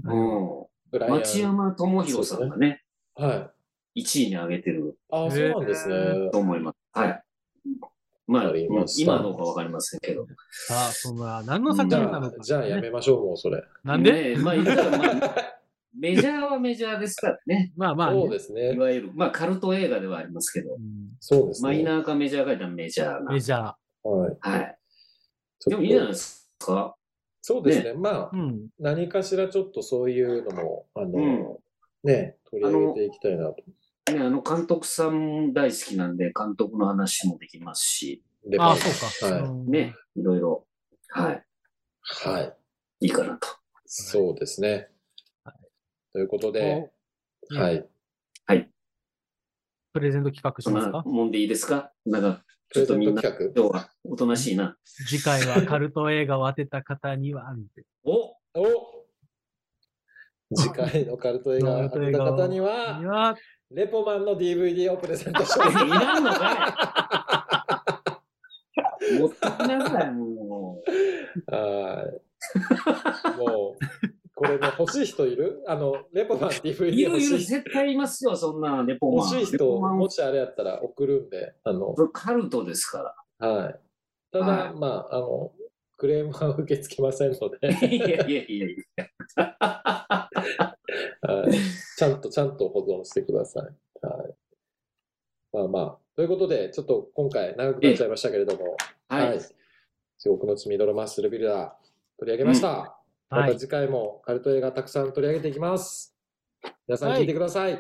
Speaker 3: う
Speaker 2: うなん
Speaker 3: ん。町山智博さんがね、
Speaker 2: はい。
Speaker 3: 1位に上げてる
Speaker 2: あ、そうなんですね。
Speaker 3: と思います。はい。まあ
Speaker 2: わかりま、した
Speaker 3: 今はどうかわかりませんけど。
Speaker 1: さあ、そんな、何の作
Speaker 2: じ
Speaker 1: 品な
Speaker 2: ゃ
Speaker 1: の
Speaker 2: あ
Speaker 1: か、、
Speaker 2: じゃあや
Speaker 1: ね
Speaker 2: めましょう、もうそれ。
Speaker 1: なんで、
Speaker 3: ねまあ、言ったらまあメジャーはメジャーですからね。
Speaker 1: まあまあね、
Speaker 2: そうです
Speaker 3: い
Speaker 2: ね。
Speaker 3: わゆる、まあ、カルト映画ではありますけど、
Speaker 1: うん
Speaker 2: そうですね。
Speaker 3: マイナーかメジャーかいたらメジャーな
Speaker 1: メ。ジャー。
Speaker 2: はい。
Speaker 3: はい。
Speaker 2: ちょっと
Speaker 3: でもいいんじゃないですか。
Speaker 2: そうですね。まあ
Speaker 1: う、ん。
Speaker 2: 何かしらちょっとそういうのも、あ
Speaker 3: うん
Speaker 2: の、ね、取り上げていきたいなと。
Speaker 3: ね、あの、監督さん大好きなんで、監督の話もできますし、
Speaker 2: レ
Speaker 1: あ
Speaker 2: バ
Speaker 1: あ、
Speaker 2: ー
Speaker 1: そうか。
Speaker 2: はい
Speaker 1: うん
Speaker 3: ね、いろいろ、はい、
Speaker 2: はい。
Speaker 3: いいかなと。
Speaker 2: そうですね
Speaker 1: は。
Speaker 2: ということで
Speaker 1: こ、う。
Speaker 2: はいい。
Speaker 1: プレゼント企画し
Speaker 3: そん
Speaker 1: ます
Speaker 3: な
Speaker 1: か
Speaker 3: もんでいいですかなんか、
Speaker 2: プ
Speaker 3: ち
Speaker 2: レゼ
Speaker 3: ょっと
Speaker 2: ン
Speaker 3: み
Speaker 2: ト
Speaker 3: んな、
Speaker 2: 企
Speaker 3: 今日はおとなしいな。
Speaker 1: 次回はカルト映画を当てた方には、みたい
Speaker 3: お
Speaker 2: 画 を次回のカルト映画を当てた方
Speaker 1: なに
Speaker 2: には、
Speaker 1: は、
Speaker 2: レポマンの DVD をプレゼントし
Speaker 3: い
Speaker 2: ま す。
Speaker 3: らんのかい 持ってきなさい、もう。
Speaker 2: はい。もう、これね、欲しい人いるあの、レポマン DVD
Speaker 3: いろ
Speaker 2: 欲
Speaker 3: いろ
Speaker 2: しい人。
Speaker 3: 絶対いますよ、そんなレポマ
Speaker 2: 欲
Speaker 3: ン。
Speaker 2: しい
Speaker 3: レポ
Speaker 2: 人、
Speaker 3: マン
Speaker 2: もしあれやったら送るんで、あの、
Speaker 3: これカルトですから。
Speaker 2: はい。ただ、
Speaker 3: はい
Speaker 2: まあ、あの、クレームは受け付けませんので、
Speaker 3: いやいやいやいや。
Speaker 2: はい、ちゃんと、ちゃんと保存してください。はい。まあまあ、ということで、ちょっと今回長くなっちゃいましたけれども、
Speaker 3: はい。
Speaker 2: 地獄の血みどろマッスルビルダー取り上げました。ま
Speaker 1: は
Speaker 2: た
Speaker 1: い。
Speaker 2: 次回もカルト映画たくさん取り上げていきます。皆さん聞いてください。よ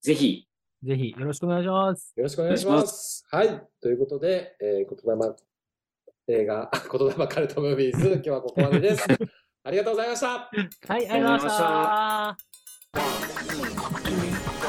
Speaker 3: ぜひ、
Speaker 1: ぜひよろしくお願いします。
Speaker 2: ろしくお願いします。はい。ということで、えー、言霊映画、 言霊カルトムービーズ、今日はここまで です。ありがとうございました。
Speaker 1: はい、あ
Speaker 3: あ
Speaker 1: り
Speaker 3: り
Speaker 1: が
Speaker 3: が
Speaker 1: と
Speaker 3: と
Speaker 1: う
Speaker 3: う
Speaker 1: ご
Speaker 3: ご
Speaker 1: ざ
Speaker 3: ざ
Speaker 1: いまし
Speaker 3: いましたた。